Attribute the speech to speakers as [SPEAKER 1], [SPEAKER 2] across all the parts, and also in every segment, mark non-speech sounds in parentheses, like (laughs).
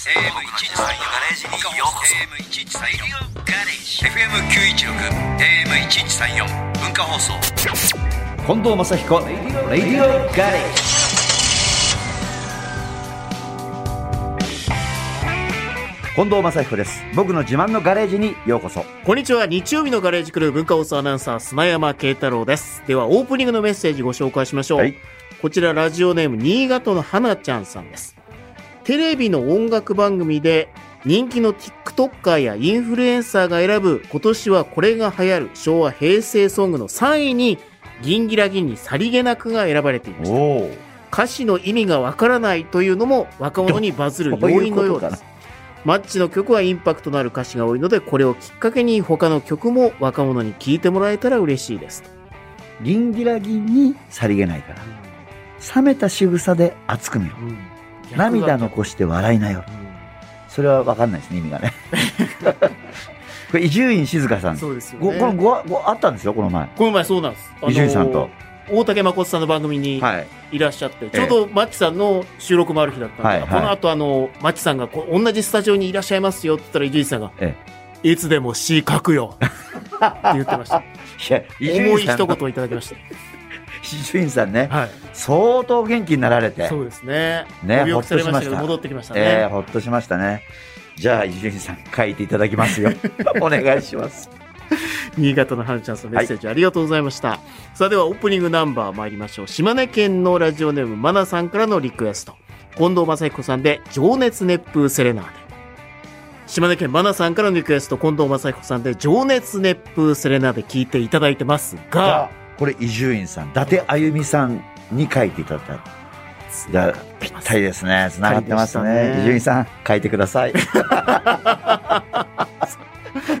[SPEAKER 1] FM916 ガレージにようこそ AM1134 ガレージ FM916 AM1134 文化放送
[SPEAKER 2] 近藤正彦レディオガレージ近藤正彦です僕の自慢のガレージにようこそ
[SPEAKER 3] こんにちは。日曜日のガレージクルー文化放送アナウンサー、砂山慶太郎です。では、オープニングのメッセージご紹介しましょう。
[SPEAKER 2] はい
[SPEAKER 3] こちら、ラジオネーム、新潟の花ちゃんさんです。テレビの音楽番組で、人気の TikToker やインフルエンサーが選ぶ、今年はこれが流行る昭和平成ソングの3位に、ギンギラギンにさりげなくが選ばれていました。
[SPEAKER 2] お
[SPEAKER 3] 歌詞の意味がわからないというのも若者にバズる要因のようです。マッチの曲はインパクトのある歌詞が多いので、これをきっかけに他の曲も若者に聴いてもらえたら嬉しいです。
[SPEAKER 2] ギンギラギンにさりげないから冷めた仕草で熱く見ろ涙残して笑いなよそれは分かんないですね意味が
[SPEAKER 3] (laughs)
[SPEAKER 2] ねこれ伊集院静香さん
[SPEAKER 3] そうですよ
[SPEAKER 2] ご
[SPEAKER 3] ね。
[SPEAKER 2] このごごあったんですよこの前
[SPEAKER 3] この前そうなんです。あの
[SPEAKER 2] 伊集院さんと。
[SPEAKER 3] 大竹誠さんの番組に
[SPEAKER 2] はい
[SPEAKER 3] いらっしゃって、ちょうどマッチさんの収録もある日だったんで、
[SPEAKER 2] はいはい
[SPEAKER 3] この後あの、マッチさんがこう同じスタジオにいらっしゃいますよって言ったら伊集院さんが、
[SPEAKER 2] え
[SPEAKER 3] いつでも詩書くよって言ってました。
[SPEAKER 2] (laughs) いや伊集
[SPEAKER 3] 重い
[SPEAKER 2] 院さん
[SPEAKER 3] 一言をいただきまし
[SPEAKER 2] 伊集院さんね
[SPEAKER 3] た。はい。
[SPEAKER 2] 相当元気になられて
[SPEAKER 3] そうですね。
[SPEAKER 2] ね
[SPEAKER 3] ご病気されましたけ
[SPEAKER 2] ほ
[SPEAKER 3] ど、
[SPEAKER 2] っとしました
[SPEAKER 3] 戻ってきましたね。
[SPEAKER 2] えー、ほっとしましたね。じゃあ、伊集院さん、書いていただき
[SPEAKER 3] (laughs)
[SPEAKER 2] ますよ。お願いします。
[SPEAKER 3] 新潟のハルちゃんさんメッセージありがとうございました、さあではオープニングナンバー参りましょう島根県のラジオネームマナさんからのリクエスト近藤正彦さんで「情熱熱風セレナーデ」島根県マナさんからのリクエスト近藤正彦さんで「情熱熱風セレナーデ」聞いていただいてますが
[SPEAKER 2] これ、伊集院さん、伊達あゆみさんに書いていただいた。じゃあ、ぴったりですね。つながってます
[SPEAKER 3] ぴったりでし
[SPEAKER 2] ね。
[SPEAKER 3] たね
[SPEAKER 2] 伊集院さん、書いてくだ
[SPEAKER 3] (laughs)
[SPEAKER 2] さい。は。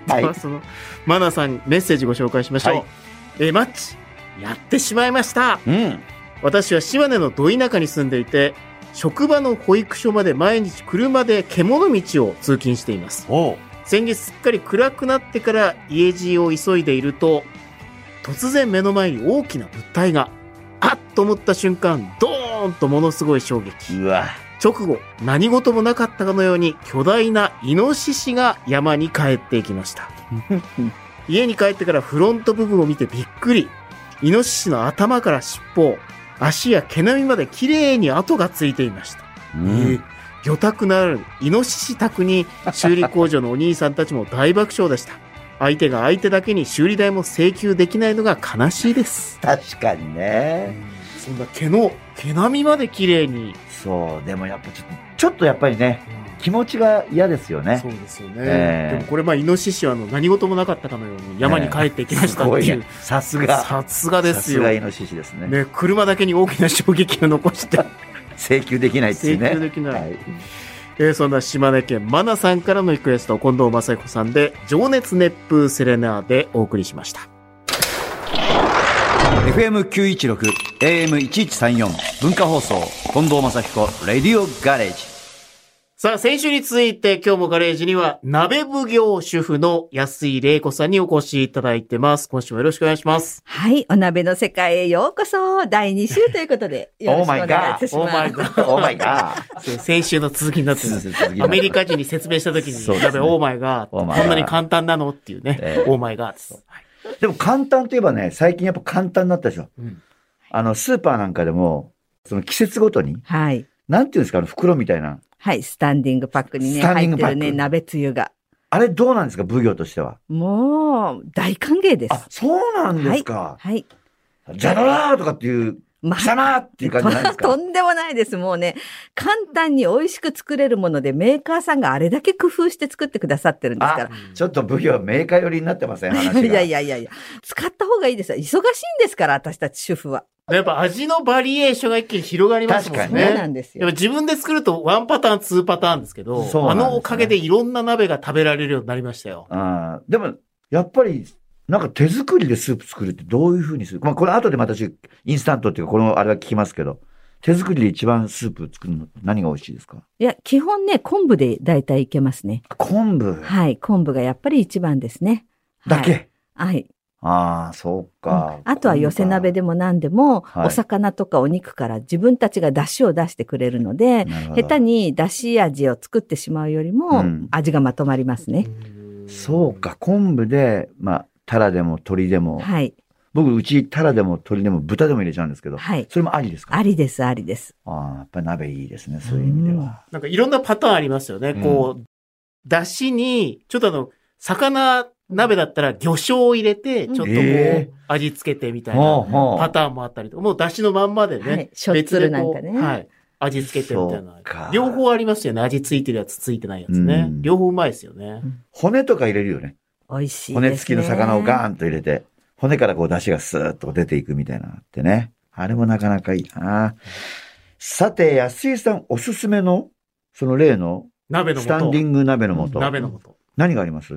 [SPEAKER 3] ではい (laughs) そのマナさんメッセージご紹介しましょう、
[SPEAKER 2] はい
[SPEAKER 3] えーマッチやってしまいました
[SPEAKER 2] うん。
[SPEAKER 3] 私は島根のど田舎に住んでいて職場の保育所まで毎日車で獣道を通勤しています
[SPEAKER 2] おう
[SPEAKER 3] 先日すっかり暗くなってから家路を急いでいると突然目の前に大きな物体があっと思った瞬間ドーンとものすごい衝撃
[SPEAKER 2] うわ。
[SPEAKER 3] 直後何事もなかったかのように巨大なイノシシが山に帰っていきました家に帰ってからフロント部分を見てびっくり。イノシシの頭から尻尾、足や毛並みまで綺麗に跡がついていました。
[SPEAKER 2] うん。
[SPEAKER 3] 魚拓ならぬイノシシ宅に修理工場のお兄さんたちも大爆笑でした。相手が相手だけに修理代も請求できないのが悲しいです。
[SPEAKER 2] 確かにね。
[SPEAKER 3] そんな毛の、毛並みまで綺麗に。
[SPEAKER 2] そう。でもやっぱちょっと、ちょっとやっぱりね、気持ちが嫌ですよね
[SPEAKER 3] そ。うですよね。
[SPEAKER 2] ええ
[SPEAKER 3] でもこれまあイノシシはあの何事もなかったかのように山に帰っていきますしたって
[SPEAKER 2] ごい
[SPEAKER 3] い
[SPEAKER 2] ね
[SPEAKER 3] う。。
[SPEAKER 2] さすが。
[SPEAKER 3] さすがで
[SPEAKER 2] さ
[SPEAKER 3] す
[SPEAKER 2] す
[SPEAKER 3] よ。
[SPEAKER 2] がイノシシですね。
[SPEAKER 3] ね、車だけに大きな衝撃を残して、
[SPEAKER 2] 請求できないってい
[SPEAKER 3] 請
[SPEAKER 2] うね。
[SPEAKER 3] 求できない。
[SPEAKER 2] はい
[SPEAKER 3] えーそんな島根県マナさんからのリクエスト、近藤正彦さんで、情熱熱風セレナーでお送りしました。
[SPEAKER 2] FM916 AM1134 文化放送近藤正彦レディオガレージ
[SPEAKER 3] さあ、先週に続いて、今日もガレージには、鍋奉行主婦の安井玲子さんにお越しいただいてます。今週もよろしくお願いします。
[SPEAKER 4] はい、お鍋の世界へようこそ第2週というこ
[SPEAKER 2] (laughs)
[SPEAKER 4] とでよろしくお願いいたし
[SPEAKER 3] オーマ
[SPEAKER 4] ま
[SPEAKER 3] イ
[SPEAKER 4] す。
[SPEAKER 3] ガー。
[SPEAKER 2] オーマイガ
[SPEAKER 3] (laughs)
[SPEAKER 2] ー
[SPEAKER 3] 先週の続きになって
[SPEAKER 2] (laughs)
[SPEAKER 3] ます。アメリカ人に説明した時
[SPEAKER 2] そうで
[SPEAKER 3] に、
[SPEAKER 2] すね
[SPEAKER 3] 鍋オーマイガー、
[SPEAKER 2] Oh
[SPEAKER 3] こ
[SPEAKER 2] my God
[SPEAKER 3] んなに簡単なのっていうね
[SPEAKER 2] (laughs) え、え
[SPEAKER 3] オーマイガーです。
[SPEAKER 2] でも簡単といえばね最近やっぱ簡単になったでしょ
[SPEAKER 3] うん
[SPEAKER 2] あのスーパーなんかでもその季節ごとに
[SPEAKER 4] はい。
[SPEAKER 2] なんていうんですかあの袋みたいな
[SPEAKER 4] はい、スタンディングパックにね、
[SPEAKER 2] スタンディン
[SPEAKER 4] 入っ
[SPEAKER 2] グ
[SPEAKER 4] て
[SPEAKER 2] パック
[SPEAKER 4] るね、鍋つゆが。
[SPEAKER 2] あれどうなんですか奉行としては
[SPEAKER 4] もう、大歓迎で
[SPEAKER 2] あ
[SPEAKER 4] す。
[SPEAKER 2] そうなんですか、
[SPEAKER 4] はい。
[SPEAKER 2] じゃららーとかっていう
[SPEAKER 4] ま
[SPEAKER 2] 貴様っていう感じなんですか
[SPEAKER 4] とんでもないです。もうね、簡単に美味しく作れるもので、メーカーさんがあれだけ工夫して作ってくださってるんですか
[SPEAKER 2] あちょっと奉行はメーカー寄りになってません話が
[SPEAKER 4] ら。(laughs) いやいやいやいや、使った方がいいですよ。忙しいんですから、私たち主婦は。
[SPEAKER 3] やっぱ味のバリエーションが一気に広がりますもんね。
[SPEAKER 2] 確
[SPEAKER 4] そう
[SPEAKER 2] かに
[SPEAKER 4] なんです
[SPEAKER 3] や
[SPEAKER 4] よ
[SPEAKER 3] っぱ。自分で作るとワンパターン、ツーパターンですけど、
[SPEAKER 2] そうな
[SPEAKER 3] あ
[SPEAKER 2] んですね
[SPEAKER 3] のおかげでいろんな鍋が食べられるようになりましたよ。
[SPEAKER 2] あーでも、やっぱり、なんか手作りでスープ作るってどういうふうにするまあ、これ後でまた私インスタントっていうか、このあれは聞きますけど、手作りで一番スープ作るの何が美味しいですか
[SPEAKER 4] いや、基本ね、昆布で大体いけますね。
[SPEAKER 2] 昆布
[SPEAKER 4] はい、昆布がやっぱり一番ですね。
[SPEAKER 2] だけ、
[SPEAKER 4] はい。はい。
[SPEAKER 2] ああ、そうか。
[SPEAKER 4] あとは寄せ鍋でも何でも、
[SPEAKER 2] はい
[SPEAKER 4] お魚とかお肉から自分たちが出汁を出してくれるので、
[SPEAKER 2] なるほど
[SPEAKER 4] 下手に出汁味を作ってしまうより
[SPEAKER 2] う
[SPEAKER 4] も
[SPEAKER 2] ん、
[SPEAKER 4] 味がまとまりますね。
[SPEAKER 2] そうか、昆布で、まあ、タラでも鶏でも、
[SPEAKER 4] はい。
[SPEAKER 2] 僕、うちタラでも鶏でも豚でも入れちゃうんですけど、
[SPEAKER 4] はい
[SPEAKER 2] それもありですか
[SPEAKER 4] ありです、ありです。
[SPEAKER 2] ああ、やっぱり鍋いいですね、そういう意味では。
[SPEAKER 3] なんかいろんなパターンありますよね。
[SPEAKER 2] うん
[SPEAKER 3] こう、だしに、ちょっとあの、魚鍋だったら魚醤を入れて、ちょ
[SPEAKER 4] うん
[SPEAKER 3] っとこ
[SPEAKER 2] え
[SPEAKER 3] う、味付けてみたい
[SPEAKER 2] ほ
[SPEAKER 3] な
[SPEAKER 2] うほう
[SPEAKER 3] パターンもあったりとか、もうだしのまんまで
[SPEAKER 4] は
[SPEAKER 3] ね
[SPEAKER 4] い、しょっつるなんかね
[SPEAKER 3] 別でこうはい、味付けてみたいな
[SPEAKER 2] そうか。
[SPEAKER 3] 両方ありますよね。味付いてるやつ、付いてないやつね
[SPEAKER 2] う。ん
[SPEAKER 3] 両方うまいですよね。
[SPEAKER 2] 骨とか入れるよね。
[SPEAKER 4] 美味しいです、ね。
[SPEAKER 2] 骨付きの魚をガーンと入れて、骨からこう出汁がスーッと出ていくみたいなのってね。あれもなかなかいいな。さて、安井さんおすすめの、その例の、
[SPEAKER 3] 鍋の
[SPEAKER 2] スタンディ
[SPEAKER 3] 素。
[SPEAKER 2] ング鍋の素。
[SPEAKER 3] 鍋の素。
[SPEAKER 2] 何があります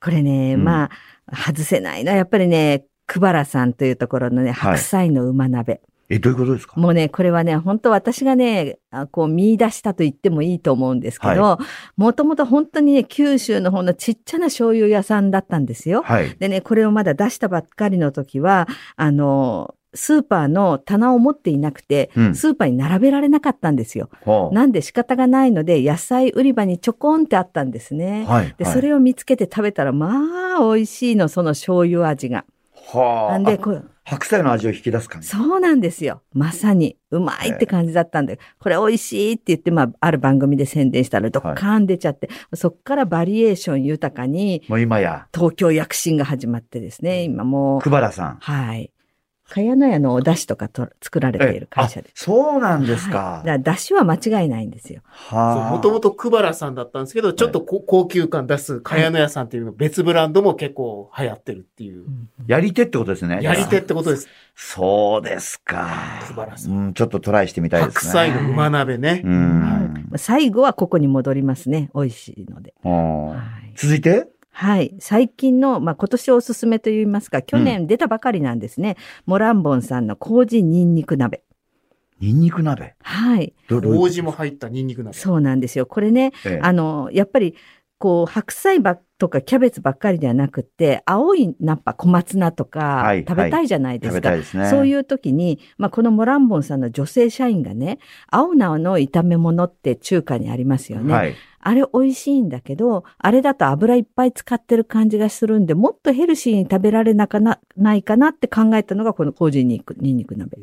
[SPEAKER 4] これね、
[SPEAKER 2] うん
[SPEAKER 4] まあ、外せないのは、やっぱりね、久原さんというところのね、
[SPEAKER 2] はい
[SPEAKER 4] 白菜の馬鍋。
[SPEAKER 2] え、どういうことですか
[SPEAKER 4] もうね、これはね、本当私がね、あこう見出したと言ってもいいと思うんですけど、もともと本当にね、九州の方のちっちゃな醤油屋さんだったんですよ。
[SPEAKER 2] はい。
[SPEAKER 4] でね、これをまだ出したばっかりの時は、あの、スーパーの棚を持っていなくて、
[SPEAKER 2] うん
[SPEAKER 4] スーパーに並べられなかったんですよ。
[SPEAKER 2] ほう
[SPEAKER 4] なんで仕方がないので、野菜売り場にちょこんってあったんですね。
[SPEAKER 2] はい。
[SPEAKER 4] で、それを見つけて食べたら、まあ、美味しいの、その醤油味が。
[SPEAKER 2] は
[SPEAKER 4] なん
[SPEAKER 2] あ
[SPEAKER 4] で、。こう、
[SPEAKER 2] 白菜の味を引き出す感じ。
[SPEAKER 4] そうなんですよ。まさに、うまいって感じだったんで、これ美味しいって言って、まあ、ある番組で宣伝したら、ドッカーン出ちゃって、そっからバリエーション豊かに、
[SPEAKER 2] もう今や、
[SPEAKER 4] 東京躍進が始まってですね、今もう、
[SPEAKER 2] 久原さん。
[SPEAKER 4] はい。かやのやのお出汁とかと作られている会社
[SPEAKER 2] え
[SPEAKER 4] で
[SPEAKER 2] あ。そうなんです
[SPEAKER 4] はい
[SPEAKER 2] か
[SPEAKER 4] だ。から出汁は間違いないんですよ。
[SPEAKER 2] はあ。
[SPEAKER 3] もともと久原さんだったんですけど、ちょっとこ高級感出す、茅野屋さんっていうの別ブランドも結構流行ってるっていう。
[SPEAKER 2] やり手ってことですね。
[SPEAKER 3] やり手ってことです。
[SPEAKER 2] そうですか。
[SPEAKER 3] 久原さん
[SPEAKER 2] うん、ちょっとトライしてみたいですね。
[SPEAKER 3] 白菜の馬鍋ね
[SPEAKER 2] う。ん。
[SPEAKER 4] 最後はここに戻りますね。美味しいので。
[SPEAKER 2] うん
[SPEAKER 4] はい
[SPEAKER 2] 続いて
[SPEAKER 4] はい。最近の、まあ、今年おすすめといいますか、去年出たばかりなんですね。モランボンさんの麹にんにく鍋。
[SPEAKER 2] ニンニク鍋。
[SPEAKER 4] はい。
[SPEAKER 2] どどういう
[SPEAKER 3] 麹も入ったニンニク鍋。
[SPEAKER 4] そうなんですよ。これね、
[SPEAKER 2] ええ
[SPEAKER 4] あの、やっぱり、こう、白菜ばっとかキャベツばっかりではなくて、青いナッパ、小松菜とか
[SPEAKER 2] はい、
[SPEAKER 4] 食べたいじゃないで
[SPEAKER 2] 食
[SPEAKER 4] す
[SPEAKER 2] べ
[SPEAKER 4] か。
[SPEAKER 2] たいですね。
[SPEAKER 4] そう
[SPEAKER 2] う。
[SPEAKER 4] いう時に、まあ、このモランボンさんの女性社員がね、青菜の炒め物って中華にありますよね。
[SPEAKER 2] はい。
[SPEAKER 4] あれ美味しいんだけど、あれだと油いっぱい使ってる感じがするんで、もっとヘルシーに食べられなかな、ないかなって考えたのがこの麹にんにくニンニク鍋。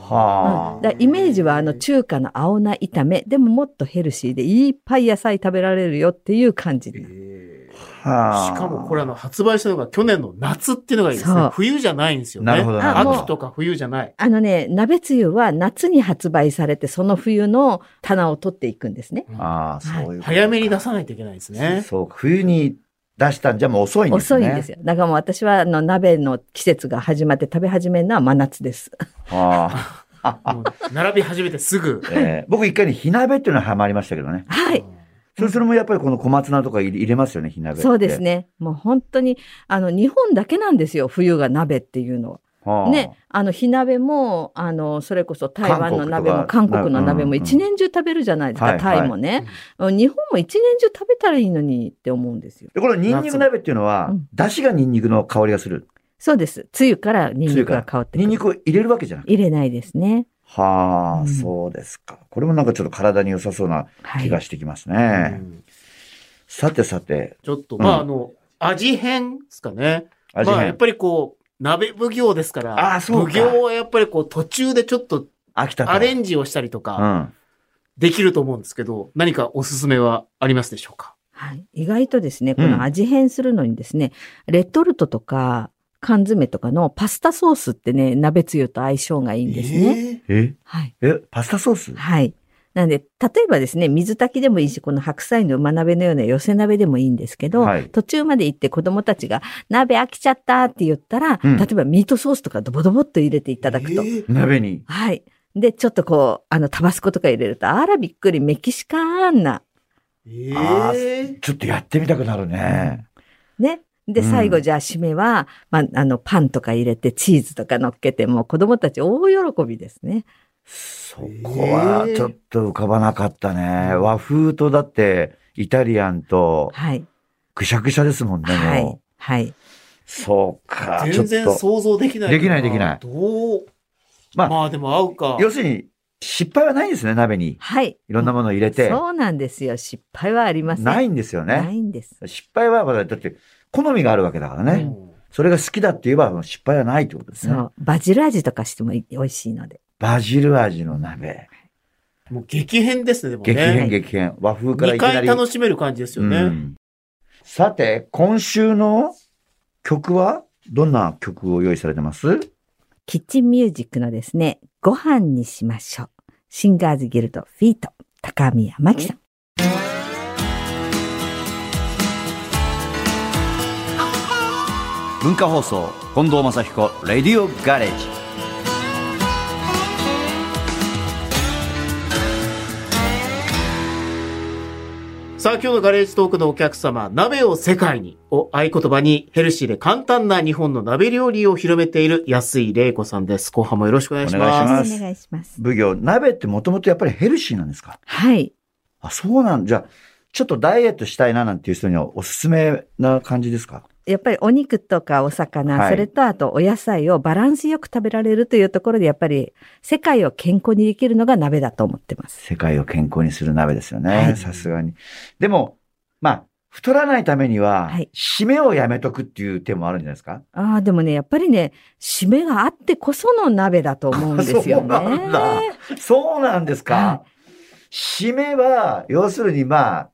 [SPEAKER 2] は
[SPEAKER 4] だからイメージはあの中華の青菜炒め、でももっとヘルシーでいっぱい野菜食べられるよっていう感じ。
[SPEAKER 3] え
[SPEAKER 2] あ。は
[SPEAKER 3] ー
[SPEAKER 2] あ。
[SPEAKER 3] しかもこれあの発売したのが去年の夏っていうのがいいです
[SPEAKER 4] そ
[SPEAKER 3] ね
[SPEAKER 4] う。
[SPEAKER 3] 冬じゃないんですよね。
[SPEAKER 2] なるほど、なるほど。
[SPEAKER 3] 秋とか冬じゃない。
[SPEAKER 4] あのね、鍋つゆは夏に発売されて、その冬の棚を取っていくんですね。
[SPEAKER 2] ああ、そういうこと。
[SPEAKER 3] 早めに出さないといけないですね。
[SPEAKER 2] そうか、冬に出したんじゃもう遅いんです
[SPEAKER 4] 遅
[SPEAKER 2] ね。
[SPEAKER 4] いんですよ。だからもう私はあの鍋の季節が始まって食べ始めるのは真夏です。
[SPEAKER 2] はあ。
[SPEAKER 3] もう並び始めてすぐ。
[SPEAKER 2] えー僕一回に火鍋っていうのはハマりましたけどね。
[SPEAKER 4] はい。
[SPEAKER 2] それそれもやっぱりこの小松菜とか入れ入れますよね、火鍋って。
[SPEAKER 4] そうです。ね。もう本当に、あの、日本だけなんですよ、冬が鍋っていうの
[SPEAKER 2] は
[SPEAKER 4] は。
[SPEAKER 2] あ、
[SPEAKER 4] ね。あの、火鍋も、あの、それこそ台湾の鍋も、
[SPEAKER 2] 韓国
[SPEAKER 4] 韓
[SPEAKER 2] とか
[SPEAKER 4] 国の鍋
[SPEAKER 2] うんう
[SPEAKER 4] も、
[SPEAKER 2] ん
[SPEAKER 4] 一年中食べるじゃないですか、
[SPEAKER 2] はいはい
[SPEAKER 4] タイもね。日本も一年中食べたらいいのにって思うんですよ。
[SPEAKER 2] で、このニンニク鍋っていうのは
[SPEAKER 4] 夏うん、
[SPEAKER 2] 出汁がニンニクの香りがする。
[SPEAKER 4] そうです。つゆからニンニクが香ってく
[SPEAKER 2] ニ
[SPEAKER 4] る
[SPEAKER 2] ンニクを入れるわけじゃなくて。
[SPEAKER 4] 入れないですね。
[SPEAKER 2] はあ、
[SPEAKER 4] うん
[SPEAKER 2] そうですか。これもなんかちょっと体に良さそうな
[SPEAKER 4] は
[SPEAKER 2] 気
[SPEAKER 4] い。
[SPEAKER 2] がしてきますね。
[SPEAKER 3] うん
[SPEAKER 2] さてさて、
[SPEAKER 3] ちょっと、
[SPEAKER 2] うん
[SPEAKER 3] まああの、味変ですかね。
[SPEAKER 2] 味
[SPEAKER 3] まあやっ
[SPEAKER 2] 変、
[SPEAKER 3] ぱりこう、鍋奉行ですか
[SPEAKER 2] あ
[SPEAKER 3] ら、
[SPEAKER 2] ーそう
[SPEAKER 3] 奉
[SPEAKER 2] か
[SPEAKER 3] 行はやっぱりこう途中でちょっと
[SPEAKER 2] 飽きたから
[SPEAKER 3] アレンジをしたりとか、
[SPEAKER 2] うん。
[SPEAKER 3] できると思うんですけど、何かおすすめはありますでしょうか
[SPEAKER 4] はい、意外とですね、こ
[SPEAKER 2] うん
[SPEAKER 4] の味変するのにですね、レトルトとか缶詰とかのパスタソースってね、鍋つゆと相性がいいんですね。
[SPEAKER 2] え
[SPEAKER 4] はい。
[SPEAKER 2] え、パスタソース
[SPEAKER 4] はい。なんで、例えばですね、水炊きでもいいし、この白菜の馬鍋のような寄せ鍋でもいいんですけど、
[SPEAKER 2] はい
[SPEAKER 4] 途中まで行って子供たちが、鍋飽きちゃったって言ったら、
[SPEAKER 2] うん
[SPEAKER 4] 例えばミートソースとかドボドボっと入れていただくと。
[SPEAKER 2] 鍋に。
[SPEAKER 4] はい。で、ちょっとこう、あの、タバスコとか入れると、あらびっくりメキシカンな、
[SPEAKER 3] え
[SPEAKER 2] あ
[SPEAKER 3] ー
[SPEAKER 2] ちょっとやってみたくなるね。
[SPEAKER 4] ね。で、
[SPEAKER 2] うん
[SPEAKER 4] 最後、じゃあ、締めは、まあ、あの、パンとか入れて、チーズとか乗っけて、もう子供たち大喜びですね。
[SPEAKER 2] そこは
[SPEAKER 3] えー
[SPEAKER 2] ちょっと浮かばなかったね。和風とだって、イタリアンと、
[SPEAKER 4] はい。
[SPEAKER 2] ぐしゃぐしゃですもんね、
[SPEAKER 4] は
[SPEAKER 2] もう
[SPEAKER 4] い。はい。
[SPEAKER 2] そうか。
[SPEAKER 3] 全然
[SPEAKER 2] ちょっと
[SPEAKER 3] 想像できない。
[SPEAKER 2] できないできない
[SPEAKER 3] どう
[SPEAKER 2] まあ
[SPEAKER 3] まあでも合うか。
[SPEAKER 2] 要するに、失敗はないんですね、鍋に。
[SPEAKER 4] はい。
[SPEAKER 2] いろんなものを入れて。
[SPEAKER 4] そうなんですよ。失敗はありません。
[SPEAKER 2] ないいんですよ
[SPEAKER 4] な
[SPEAKER 2] ね。
[SPEAKER 4] いんです。
[SPEAKER 2] 失敗は、まだ、だって、好みがあるわけだからね。
[SPEAKER 3] うん
[SPEAKER 2] それが好きだって言えば、失敗はないってことです
[SPEAKER 4] そ
[SPEAKER 2] ね。
[SPEAKER 4] う。バジル味とかしてもい美味しいので。
[SPEAKER 2] バジル味の鍋。
[SPEAKER 3] もう激変ですね、でもね。
[SPEAKER 2] 激変
[SPEAKER 4] ね
[SPEAKER 2] 激変。和風から
[SPEAKER 3] 2
[SPEAKER 2] いきな
[SPEAKER 3] 回
[SPEAKER 2] り。
[SPEAKER 3] 楽しめる感じですよね。
[SPEAKER 2] うんさて、今週の曲は、どんな曲を用意されてます
[SPEAKER 4] キッチンミュージックのですね、ご飯にしましょう。シンガーズギルドフィート、高宮真紀さん。
[SPEAKER 1] 文化放送近藤正彦レディオガレージ
[SPEAKER 3] さあ、今日のガレージトークのお客様、鍋を世界にを合言葉にヘルシーで簡単な日本の鍋料理を広めている安井玲子さんです。後半もよろしくお願いし
[SPEAKER 2] お願
[SPEAKER 3] ま
[SPEAKER 2] いし
[SPEAKER 3] す。
[SPEAKER 2] ま
[SPEAKER 4] お
[SPEAKER 2] す
[SPEAKER 4] 願いします。
[SPEAKER 2] 奉行、鍋ってもともとやっぱりヘルシーなんですか
[SPEAKER 4] はい。
[SPEAKER 2] あ、そうなんじゃあ、ちょっとダイエットしたいななんていう人にはおすすめな感じですか
[SPEAKER 4] やっぱりお肉とかお魚、
[SPEAKER 2] はい
[SPEAKER 4] それとあとお野菜をバランスよく食べられるというところで、やっぱり世界を健康にできるのが鍋だと思ってます。
[SPEAKER 2] 世界を健康にする鍋ですよ
[SPEAKER 4] は
[SPEAKER 2] ね。
[SPEAKER 4] い
[SPEAKER 2] さすがに。でも、まあ、太らないためには、
[SPEAKER 4] はい
[SPEAKER 2] 締めをやめとくっていう手もあるんじゃないですか
[SPEAKER 4] ああ、でもね、やっぱりね、締めがあってこその鍋だと思うんですよね。
[SPEAKER 2] あ (laughs) そうなんだそうなんですか、
[SPEAKER 4] は
[SPEAKER 2] 締めは、要するにまあ、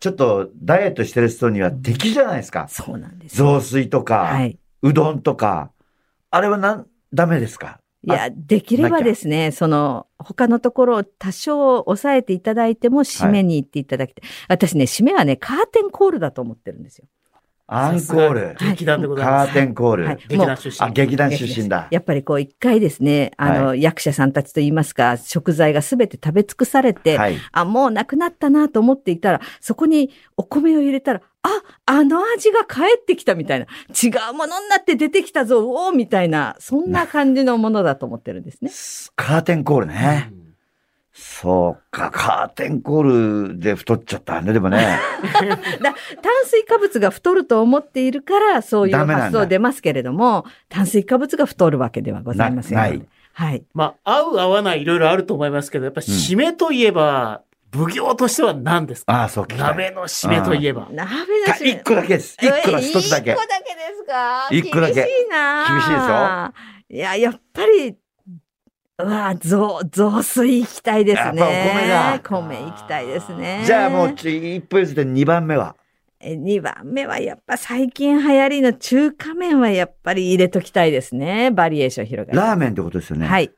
[SPEAKER 2] ちょっとダイエットしてる人には敵じゃないですか。
[SPEAKER 4] そうなんです
[SPEAKER 2] 雑
[SPEAKER 4] よ。
[SPEAKER 2] 炊とか、
[SPEAKER 4] はい。
[SPEAKER 2] うどんとか、あれはなん、ダメですか
[SPEAKER 4] いや、できればですね、その、他のところを多少抑えていただいても、締めに行っていただきたい。私ね、締めはね、カーテンコールだと思ってるんですよ。
[SPEAKER 2] アンコール、
[SPEAKER 3] さすが劇団でござい
[SPEAKER 2] カ
[SPEAKER 3] ま
[SPEAKER 2] ーテンコール。
[SPEAKER 4] はい
[SPEAKER 3] す。劇団出身。
[SPEAKER 2] あ、劇団出身だ。
[SPEAKER 4] やっぱりこう、一回ですね、あの、役者さんたちといいますか、食材がすべて食べ尽くされて、
[SPEAKER 2] はい。
[SPEAKER 4] あ、もうなくなったなと思っていたら、そこにお米を入れたら、あ、あの味が帰ってきたみたいな、違うものになって出てきたぞ、うおーみたいな、そんな感じのものだと思ってるんですね。
[SPEAKER 2] カーテンコール
[SPEAKER 3] う
[SPEAKER 2] ね。
[SPEAKER 3] ん
[SPEAKER 2] そうか、カーテンコールで太っちゃったんで、でも
[SPEAKER 4] (laughs)
[SPEAKER 2] ね。
[SPEAKER 4] 炭水化物が太ると思っているから、そういう
[SPEAKER 2] ダメなんだ
[SPEAKER 4] 発想出ますけれども、炭水化物が太るわけではございません。
[SPEAKER 2] なない。
[SPEAKER 4] はい。
[SPEAKER 3] まあ、合う合わないいろいろあると思いますけど、やっぱ締めといえば、奉行としては何ですか
[SPEAKER 2] ああ、そう聞きたい。
[SPEAKER 3] 鍋の締めといえば。
[SPEAKER 4] 鍋だし。
[SPEAKER 2] 1個だけです。1個だけ、1つだけ
[SPEAKER 4] 一個。だけですか
[SPEAKER 2] 一個だけ
[SPEAKER 4] 厳しいな
[SPEAKER 2] 厳しいです
[SPEAKER 4] よ。いや、やっぱり、うわ、雑、雑炊行きたいですね。
[SPEAKER 2] やっ
[SPEAKER 3] ぱお米だ
[SPEAKER 4] 米行きたいですね。
[SPEAKER 2] じゃあもう、ち一歩譲って2番目は。
[SPEAKER 4] え。2番目はやっぱ最近流行りの中華麺はやっぱり入れときたいですね。バリエーション広がる。
[SPEAKER 2] ラーメンってことですよね。
[SPEAKER 4] はい。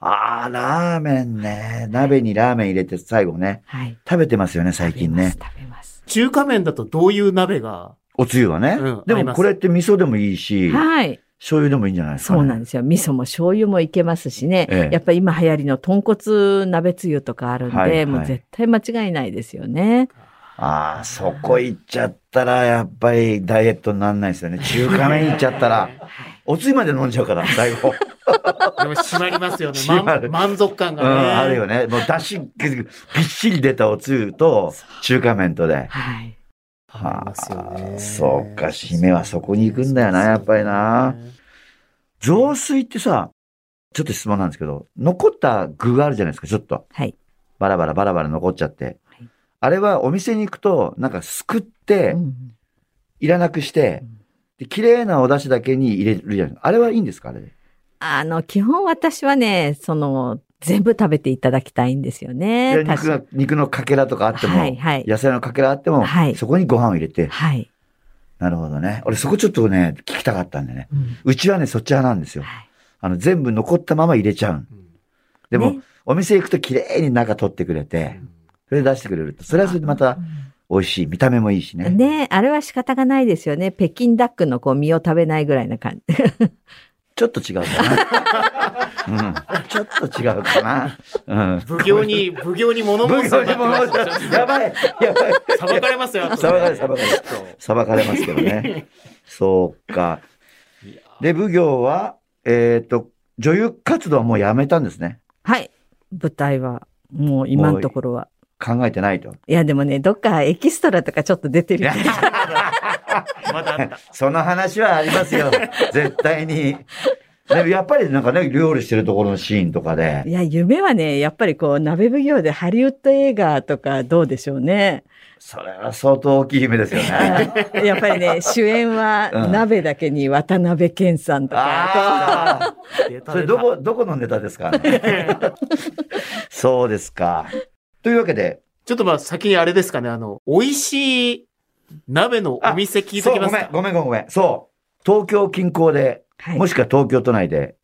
[SPEAKER 2] ああ、ラーメンね。鍋にラーメン入れて最後ね。
[SPEAKER 4] はい。
[SPEAKER 2] 食べてますよね、最近ね
[SPEAKER 4] 食。べます。
[SPEAKER 3] 中華麺だとどういう鍋が、
[SPEAKER 2] おつゆはね。
[SPEAKER 3] うん
[SPEAKER 2] で
[SPEAKER 3] 合い
[SPEAKER 2] も
[SPEAKER 3] ます
[SPEAKER 2] これって味噌でもいいし
[SPEAKER 4] 食べ、ますはい。
[SPEAKER 2] 醤油でもいいんじゃないですか、ね。
[SPEAKER 4] そうなんですよ。味噌も醤油もいけますしね。
[SPEAKER 2] ええ
[SPEAKER 4] やっぱり今流行りの豚骨鍋つゆとかあるんで、
[SPEAKER 2] はいはい
[SPEAKER 4] もう絶対間違いないですよね。
[SPEAKER 2] ああ、そこ行っちゃったら、やっぱりダイエットになんないですよね。中華麺行っちゃった
[SPEAKER 4] (laughs)
[SPEAKER 2] ら、おつゆまで飲んじゃうから、最後。。
[SPEAKER 3] でも締まりますよね
[SPEAKER 2] (laughs) 締まる
[SPEAKER 3] 満満足感
[SPEAKER 2] うん、
[SPEAKER 3] がね。
[SPEAKER 2] あるよね。もう出汁、びっしり出たおつゆと、中華麺とで。
[SPEAKER 4] はい。
[SPEAKER 3] ありますよね。
[SPEAKER 2] そうか締めはそこに行くんだよなやっぱりな。雑炊ってさ、ちょっと質問なんですけど、残った具があるじゃないですか、ちょっと。
[SPEAKER 4] はい。
[SPEAKER 2] バラバラバラバラ残っちゃって
[SPEAKER 4] はい。
[SPEAKER 2] あれはお店に行くと、なんかすくっ
[SPEAKER 4] う
[SPEAKER 2] て、
[SPEAKER 4] ん
[SPEAKER 2] いらなくして
[SPEAKER 4] うん、
[SPEAKER 2] で綺麗なお出汁だけに入れるじゃないあれはいいんですかあれで。
[SPEAKER 4] あの、基本私はね、その、全部食べていただきたいんですよね。
[SPEAKER 2] で肉が肉のかけらとかあっても、
[SPEAKER 4] はいはい
[SPEAKER 2] 野菜のかけらあっても、
[SPEAKER 4] はい
[SPEAKER 2] そこにご飯を入れて、
[SPEAKER 4] はい。
[SPEAKER 2] なるほどね。俺そこちょっとね、聞きたかったんでね。
[SPEAKER 4] うん
[SPEAKER 2] うちはね、そっち派なんですよ。
[SPEAKER 4] はい
[SPEAKER 2] あの、全部残ったまま入れちゃうん。
[SPEAKER 3] うん
[SPEAKER 2] でも、
[SPEAKER 4] ね
[SPEAKER 2] お店行くと綺麗に中取ってくれて、それで出してくれると、それはそれでまた美味しい、見た目もいいしね。
[SPEAKER 4] ねあれは仕方がないですよね。北京ダックのこう身を食べないぐらいな感じ。 (laughs)
[SPEAKER 2] ちょっと違うかな。うん。ちょっと違うかな。うん。
[SPEAKER 3] 奉行に、奉行に物
[SPEAKER 2] 奉
[SPEAKER 3] 申
[SPEAKER 2] 行に物申
[SPEAKER 3] さ
[SPEAKER 2] しやばいやばい
[SPEAKER 3] ばかれます (laughs) よ、あと
[SPEAKER 2] 裁かれる裁かれる
[SPEAKER 3] ちょっ
[SPEAKER 2] 裁かれますけどね。そうか。
[SPEAKER 3] といや
[SPEAKER 2] で、奉行は、えっ、と、女優活動はもうやめたんですね。
[SPEAKER 4] はい。舞台は、もう今のところは。
[SPEAKER 2] 考えてないと。
[SPEAKER 4] いや、でもね、どっかエキストラとかちょっと出てるよね。
[SPEAKER 3] まだあった。
[SPEAKER 2] (laughs) その話はあります
[SPEAKER 3] (laughs)
[SPEAKER 2] よ。絶対に。でもやっぱりなんかね、料理してるところのシーンとかで
[SPEAKER 4] い。や、夢はね、やっぱりこう、鍋奉行でハリウッド映画とかどうでしょうね。
[SPEAKER 2] それは相当大きい夢ですよ
[SPEAKER 3] (laughs)
[SPEAKER 2] ね。
[SPEAKER 4] はいやっぱり
[SPEAKER 2] (laughs)
[SPEAKER 4] ね、主演は
[SPEAKER 2] うん
[SPEAKER 4] 鍋だけに渡辺謙さんとか、
[SPEAKER 2] あ
[SPEAKER 3] 出
[SPEAKER 2] あ。
[SPEAKER 3] た
[SPEAKER 2] それどこ、どこのネタですかそうですか。というわけで、
[SPEAKER 3] (laughs) ちょっとまあ先にあれですかね、あの、美味しい鍋のお店聞いて
[SPEAKER 2] そう
[SPEAKER 3] きま
[SPEAKER 2] ご
[SPEAKER 3] す
[SPEAKER 2] めん
[SPEAKER 3] か、
[SPEAKER 2] ごめん、ごめん、ごめん。そう。東京近郊で、
[SPEAKER 4] はい
[SPEAKER 2] もしくは東京都内で、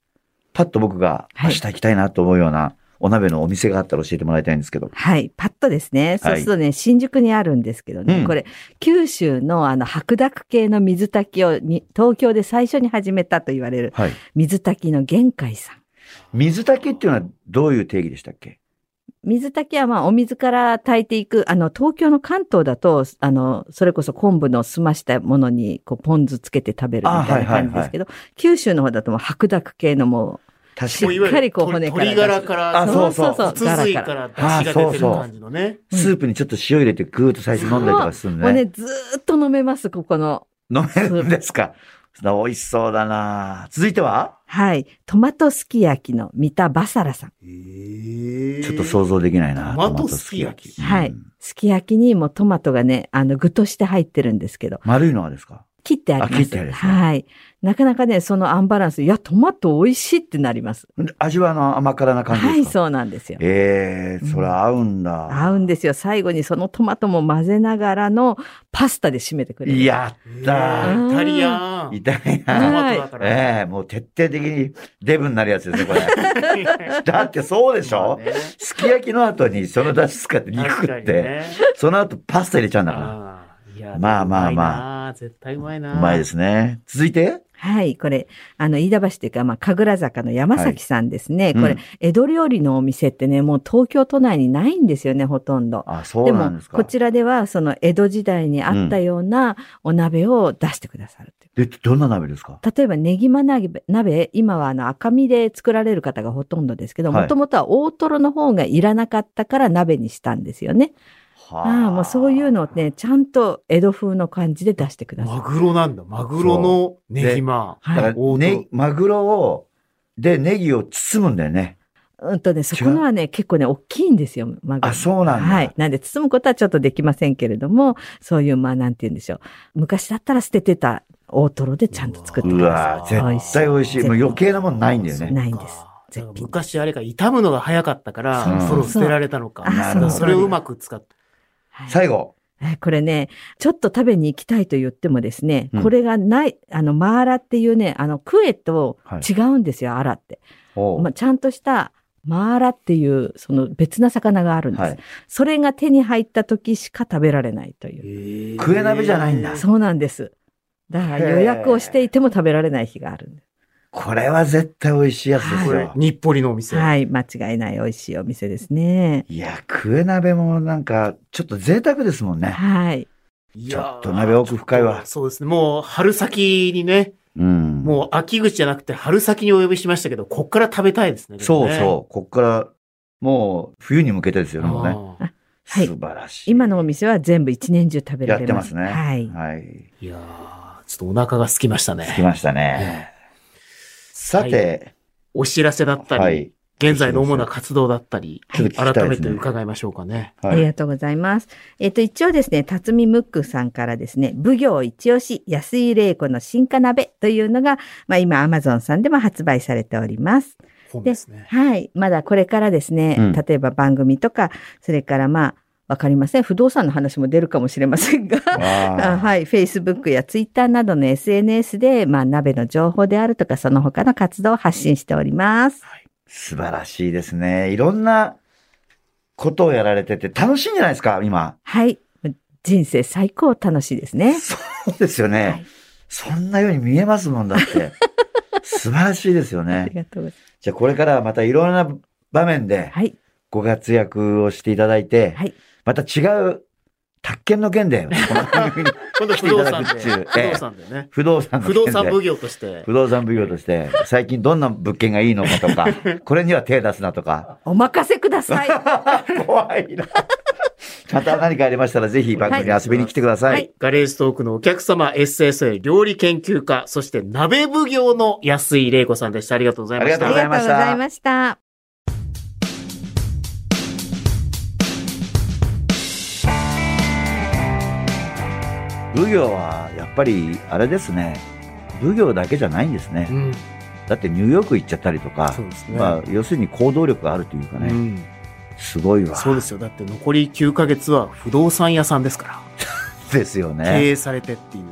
[SPEAKER 2] パッと僕が
[SPEAKER 4] はい
[SPEAKER 2] 明日行きたいなと思うようなお鍋のお店があったら教えてもらいたいんですけど。
[SPEAKER 4] はい。パッとですね。そうするとね、新宿にあるんですけどね、
[SPEAKER 2] うん
[SPEAKER 4] これ、九州のあの、白濁系の水炊きをに、東京で最初に始めたと言われる、
[SPEAKER 2] はい。
[SPEAKER 4] 水炊きの玄海さん。
[SPEAKER 2] 水炊きっていうのはどういう定義でしたっけ
[SPEAKER 4] 水炊きはまあ、お水から炊いていく、あの、東京の関東だと、あの、それこそ昆布の澄ましたものに、こう、ポン酢つけて食べるみたいな感じですけど、九州の方だともう白濁系のも
[SPEAKER 2] 確
[SPEAKER 4] ごめ
[SPEAKER 2] かに。
[SPEAKER 3] もう
[SPEAKER 4] ん
[SPEAKER 3] いわゆ
[SPEAKER 4] しっかりこう
[SPEAKER 3] と
[SPEAKER 4] 骨から
[SPEAKER 3] 鶏ガラから、
[SPEAKER 2] あ
[SPEAKER 4] う、
[SPEAKER 2] そうそう
[SPEAKER 3] 骨髄から出汁が出てる感じのね。
[SPEAKER 4] うん
[SPEAKER 2] スープにちょっと塩入れてグーッと最初飲んだりとかする
[SPEAKER 4] もう
[SPEAKER 2] の
[SPEAKER 4] ね、
[SPEAKER 2] ね。
[SPEAKER 4] ずーっと飲めます、ここの。
[SPEAKER 2] 飲めるんですか。美味しそうだな続いては
[SPEAKER 4] はい。トマトすき焼きの三田バサラさん。
[SPEAKER 3] ち
[SPEAKER 2] ちょっと想像できないな。
[SPEAKER 3] トマトすき焼き
[SPEAKER 2] トマト
[SPEAKER 4] はい
[SPEAKER 2] うん
[SPEAKER 4] すき焼きにもトマトがね、あの、具として入ってるんですけど、
[SPEAKER 2] 丸いのはですか
[SPEAKER 4] 切ってあります。
[SPEAKER 2] あ切ってあるんですね
[SPEAKER 4] はい。なかなかね、そのアンバランス、いや、トマト美味しいってなります。
[SPEAKER 2] 味はあの甘辛な感じです
[SPEAKER 4] は
[SPEAKER 2] か
[SPEAKER 4] い、そうなんですよ。
[SPEAKER 2] ええそれ合うんだ。
[SPEAKER 4] 合うんですよ。最後にそのトマトも混ぜながらのパスタで締めてくれる。。
[SPEAKER 2] やったー
[SPEAKER 4] うん
[SPEAKER 3] イタリアン。
[SPEAKER 2] イタリ
[SPEAKER 3] ト
[SPEAKER 2] アン
[SPEAKER 3] マトだから。
[SPEAKER 2] ええもう徹底的にデブになるやつですね、これ。だってそうでしょ、
[SPEAKER 3] まあね
[SPEAKER 2] すき焼きの後にその出汁使って肉食って、その後パスタ入れちゃうんだか
[SPEAKER 3] あーいや
[SPEAKER 2] まあまあま
[SPEAKER 3] あ。絶対うまいな。
[SPEAKER 2] ら。うまいですね。続いて
[SPEAKER 4] はい、これ、あの、飯田橋というか、まあ、神楽坂の山崎さんですね。
[SPEAKER 2] うん
[SPEAKER 4] これ、江戸料理のお店ってね、もう東京都内にないんですよね、ほとんど。
[SPEAKER 2] あ、そうなんですか。
[SPEAKER 4] も、こちらでは、その江戸時代にあったようなお鍋を出してくださるっていう。
[SPEAKER 2] で、どんな鍋ですか
[SPEAKER 4] 例えば、ネギマ鍋、鍋今はあの赤身で作られる方がほとんどですけど、
[SPEAKER 2] はい
[SPEAKER 4] もともとは大トロの方がいらなかったから鍋にしたんですよね。
[SPEAKER 2] は
[SPEAKER 4] ああ、もうそういうのをね、ちゃんと江戸風の感じで出してくださ
[SPEAKER 3] マ
[SPEAKER 4] る。
[SPEAKER 3] グロなんだ。マグロのネギマ。
[SPEAKER 2] だから、
[SPEAKER 3] 大トロ
[SPEAKER 2] ね、マグロを、で、ネギを包むんだよね。
[SPEAKER 4] うんとね、そこのはね、結構ね、大きいんですよ、マグロ。
[SPEAKER 2] あ、そうなんだ。
[SPEAKER 4] はい。なんで、包むことはちょっとできませんけれども、そういう、まあ、なんて言うんでしょう。昔だったら捨ててた大トロでちゃんと作ってく
[SPEAKER 2] う
[SPEAKER 4] だ
[SPEAKER 2] わ
[SPEAKER 4] さい。
[SPEAKER 2] ー絶対美味しい。
[SPEAKER 4] 美味しい
[SPEAKER 2] もう余計なもんないんだよね。
[SPEAKER 4] ないんです
[SPEAKER 3] そっか
[SPEAKER 4] 絶品
[SPEAKER 3] 昔あれか、傷むのが早かったから、
[SPEAKER 2] うん
[SPEAKER 3] そろ捨てられたのか。
[SPEAKER 4] そうそうあ
[SPEAKER 2] そう
[SPEAKER 3] それをうまく使って。
[SPEAKER 4] はい
[SPEAKER 2] 最後。
[SPEAKER 4] えこれね、ちょっと食べに行きたいと言ってもですね、
[SPEAKER 2] うん
[SPEAKER 4] これがない、あの、マーラっていうね、あの、クエと
[SPEAKER 2] はい
[SPEAKER 4] 違うんですよ、アラって。
[SPEAKER 2] おう
[SPEAKER 4] まあ、ちゃんとしたマーラっていう、その別な魚があるんです。
[SPEAKER 2] はい。
[SPEAKER 4] それが手に入った時しか食べられないという。
[SPEAKER 2] 食え鍋じゃないんだ
[SPEAKER 4] そうなんです。だから
[SPEAKER 2] へー
[SPEAKER 4] 予約をしていても食べられない日があるんで
[SPEAKER 2] これは絶対美味しいやつです
[SPEAKER 3] こ
[SPEAKER 2] よ。
[SPEAKER 3] れ、日暮里のお
[SPEAKER 4] す。
[SPEAKER 3] 店。
[SPEAKER 4] はい、間違いない美味しいお店ですね。
[SPEAKER 2] いや、クエ鍋もなんか、ちょっと贅沢ですもんね。
[SPEAKER 4] はい。
[SPEAKER 3] い
[SPEAKER 2] ちょ
[SPEAKER 3] やー
[SPEAKER 2] っと鍋奥深いわ
[SPEAKER 3] そうですね。もう、春先にね、
[SPEAKER 2] うん。
[SPEAKER 3] もう秋口じゃなくて春先にお呼びしましたけど、こっから食べたいですね。
[SPEAKER 2] そうそう。こっから、もう、冬に向けてです
[SPEAKER 3] う
[SPEAKER 2] よね、もうね。
[SPEAKER 4] はい
[SPEAKER 2] 素晴らしい。
[SPEAKER 4] 今のお店は全部一年中食べ
[SPEAKER 2] や
[SPEAKER 4] ら
[SPEAKER 2] っ
[SPEAKER 4] れ
[SPEAKER 2] て
[SPEAKER 4] ま。
[SPEAKER 2] ますすね。
[SPEAKER 4] はい。
[SPEAKER 2] はい。
[SPEAKER 3] いやーちょっとお腹が空きましたね。
[SPEAKER 2] 着きましたね。
[SPEAKER 3] ええ
[SPEAKER 2] さて、
[SPEAKER 3] お知らせだったり、
[SPEAKER 2] はい。
[SPEAKER 3] 現在の主な活動だったり、
[SPEAKER 2] ちょっと聞きた
[SPEAKER 3] 改
[SPEAKER 2] いで
[SPEAKER 3] め
[SPEAKER 2] す
[SPEAKER 3] て
[SPEAKER 2] ね。
[SPEAKER 3] 伺いましょうかね。
[SPEAKER 2] は
[SPEAKER 4] あり
[SPEAKER 2] い。
[SPEAKER 4] がとうございます。えっ、と、一応ですね、辰巳ムックさんからですね、奉行一押し安井玲子の進化鍋というのが、まあ今、アマゾンさんでも発売されております。
[SPEAKER 3] 本ですね。
[SPEAKER 4] はい。まだこれからですね、
[SPEAKER 2] うん
[SPEAKER 4] 例えば番組とか、それからまあ、わかりません。不動産の話も出るかもしれませんが、あ
[SPEAKER 2] あ
[SPEAKER 4] はい。Facebook や Twitter などの SNS で、まあ、鍋の情報であるとか、その他の活動を発信しております。
[SPEAKER 2] ー素晴らしいですね。いろんなことをやられてて楽しいんじゃないですか、今。
[SPEAKER 4] はい。人生最高楽しいですね。
[SPEAKER 2] そうですよね。
[SPEAKER 4] はい
[SPEAKER 2] そんなように見えますもんだ
[SPEAKER 4] (laughs)
[SPEAKER 2] って。素晴らしいですよ
[SPEAKER 4] あり
[SPEAKER 2] ね。
[SPEAKER 4] がとうございます。
[SPEAKER 2] じゃあこれからはまたいろんな場面で
[SPEAKER 4] はい。
[SPEAKER 2] ご活躍をしていただいて、
[SPEAKER 4] はい
[SPEAKER 2] また違う宅建の件で、この番組に
[SPEAKER 3] 今度不動産で、不動産でね。
[SPEAKER 2] 不動産の
[SPEAKER 3] 不
[SPEAKER 2] 件
[SPEAKER 3] 動産奉
[SPEAKER 2] で。
[SPEAKER 3] 行として
[SPEAKER 2] 不。動産奉行として、最近どんな物件がいいのか
[SPEAKER 4] (laughs)
[SPEAKER 2] とか、これには手出すなとか、 (laughs)
[SPEAKER 4] お任せください。
[SPEAKER 2] 怖いな。また何かありましたら、ぜひ番組に遊びに来てください。
[SPEAKER 4] はい
[SPEAKER 3] ガレージトークのお客様、SSA 料理研究家、そして鍋奉行の安井玲子さんでした。ありがとうございまし
[SPEAKER 2] あ
[SPEAKER 3] た
[SPEAKER 2] り。がとうございました
[SPEAKER 4] ありがとうございました。
[SPEAKER 2] 奉行は、やっぱり、あれですね。奉行だけじゃないんですね。
[SPEAKER 3] うん、
[SPEAKER 2] だってニューヨーク行っちゃったりとか、
[SPEAKER 3] そうですね。
[SPEAKER 2] まあ、要するに行動力があるというか
[SPEAKER 3] う
[SPEAKER 2] ね、
[SPEAKER 3] ん
[SPEAKER 2] すごいわ。
[SPEAKER 3] そうですよ。だって残り9ヶ月は不動産屋さんですか
[SPEAKER 2] ですよ
[SPEAKER 3] ら、経
[SPEAKER 2] ね。
[SPEAKER 3] 営されてっていう。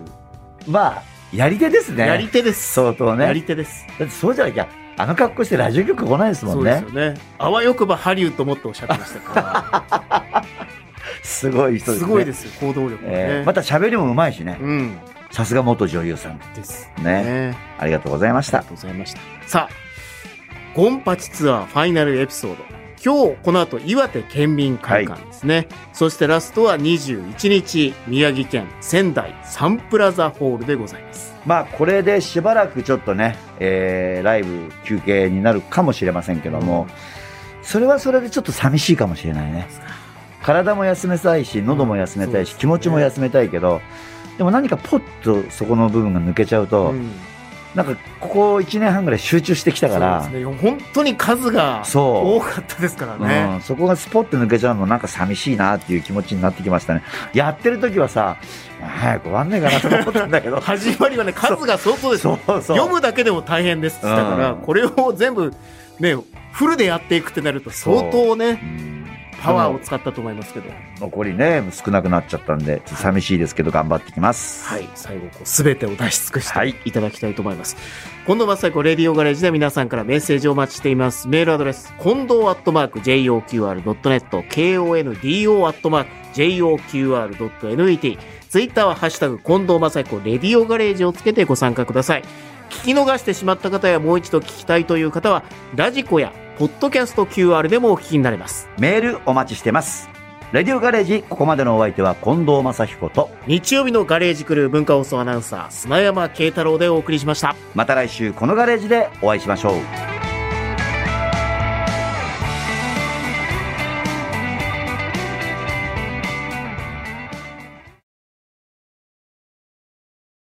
[SPEAKER 2] まあ、やり手ですね。
[SPEAKER 3] やり手です。
[SPEAKER 2] 相当ね。
[SPEAKER 3] やり手です。
[SPEAKER 2] だってそうじゃなきゃ、あの格好してラジオ局来ないですも
[SPEAKER 3] そ
[SPEAKER 2] ん
[SPEAKER 3] うです
[SPEAKER 2] ね
[SPEAKER 3] よ。ね。あわよくばハリウッドもっておっしゃってましたか
[SPEAKER 2] (laughs) すごい
[SPEAKER 3] ら、
[SPEAKER 2] 人ですすね。
[SPEAKER 3] ごいですよ、行動力もね。
[SPEAKER 2] えーまた喋りもうまいしね。
[SPEAKER 3] うん。
[SPEAKER 2] さすが元女優さん。
[SPEAKER 3] です
[SPEAKER 2] ね
[SPEAKER 3] ね
[SPEAKER 2] ありがとうございまし
[SPEAKER 3] ありが
[SPEAKER 2] た。
[SPEAKER 3] とうございました。さあ、ゴンパチツアーファイナルエピソード。今日、この後、岩手県民会館ですね。そしてラストは21日、宮城県仙台サンプラザホールでございます。
[SPEAKER 2] まあ、これでしばらくちょっとね、えーライブ休憩になるかもしれませんけども、それはそれでちょっと寂しいかもしれないね。体も休めたいし、喉も休めたいし、
[SPEAKER 3] うん
[SPEAKER 2] 気持ちも休めたいけど、でも何かポッとそこの部分が抜けちゃうと、
[SPEAKER 3] うん
[SPEAKER 2] なんかここ1年半ぐらい集中してきたから、
[SPEAKER 3] そうですね、本当に数が
[SPEAKER 2] そう
[SPEAKER 3] 多かったですから
[SPEAKER 2] う
[SPEAKER 3] ね。
[SPEAKER 2] ん、そこがスポッて抜けちゃうのなんか寂しいなっていう気持ちになってきましたねやってる時はさ早く終わんねえかなと思ったんだけど
[SPEAKER 3] (laughs) 始まりはね、数が相当です
[SPEAKER 2] そうそう
[SPEAKER 3] 読むだけでも大変ですだから、
[SPEAKER 2] うん
[SPEAKER 3] これを全部ねフルでやっていくってなると相当ね
[SPEAKER 2] うん
[SPEAKER 3] パワーを使ったと思いますけど、
[SPEAKER 2] 残りね少なくなっちゃったんでちょっと寂しいですけど頑張ってきます
[SPEAKER 3] はい、最後こう全てを出し尽くし
[SPEAKER 2] は
[SPEAKER 3] て
[SPEAKER 2] い
[SPEAKER 3] いただきたいと思います、近藤正彦レディオガレージで皆さんからメッセージをお待ちしていますメールアドレス近藤アットマーク JOQR.net KONDO アットマーク JOQR.net ツイッターはハッシュタグ近藤正彦レディオガレージをつけてご参加ください聞き逃してしまった方やもう一度聞きたいという方はラジコやポッドキャスト QR でもお聞きになれます
[SPEAKER 2] メールお待ちしてますレディオガレージここまでのお相手は近藤正彦と
[SPEAKER 3] 日曜日のガレージクルー文化放送アナウンサー砂山慶太郎でお送りしました
[SPEAKER 2] また来週このガレージでお会いしましょう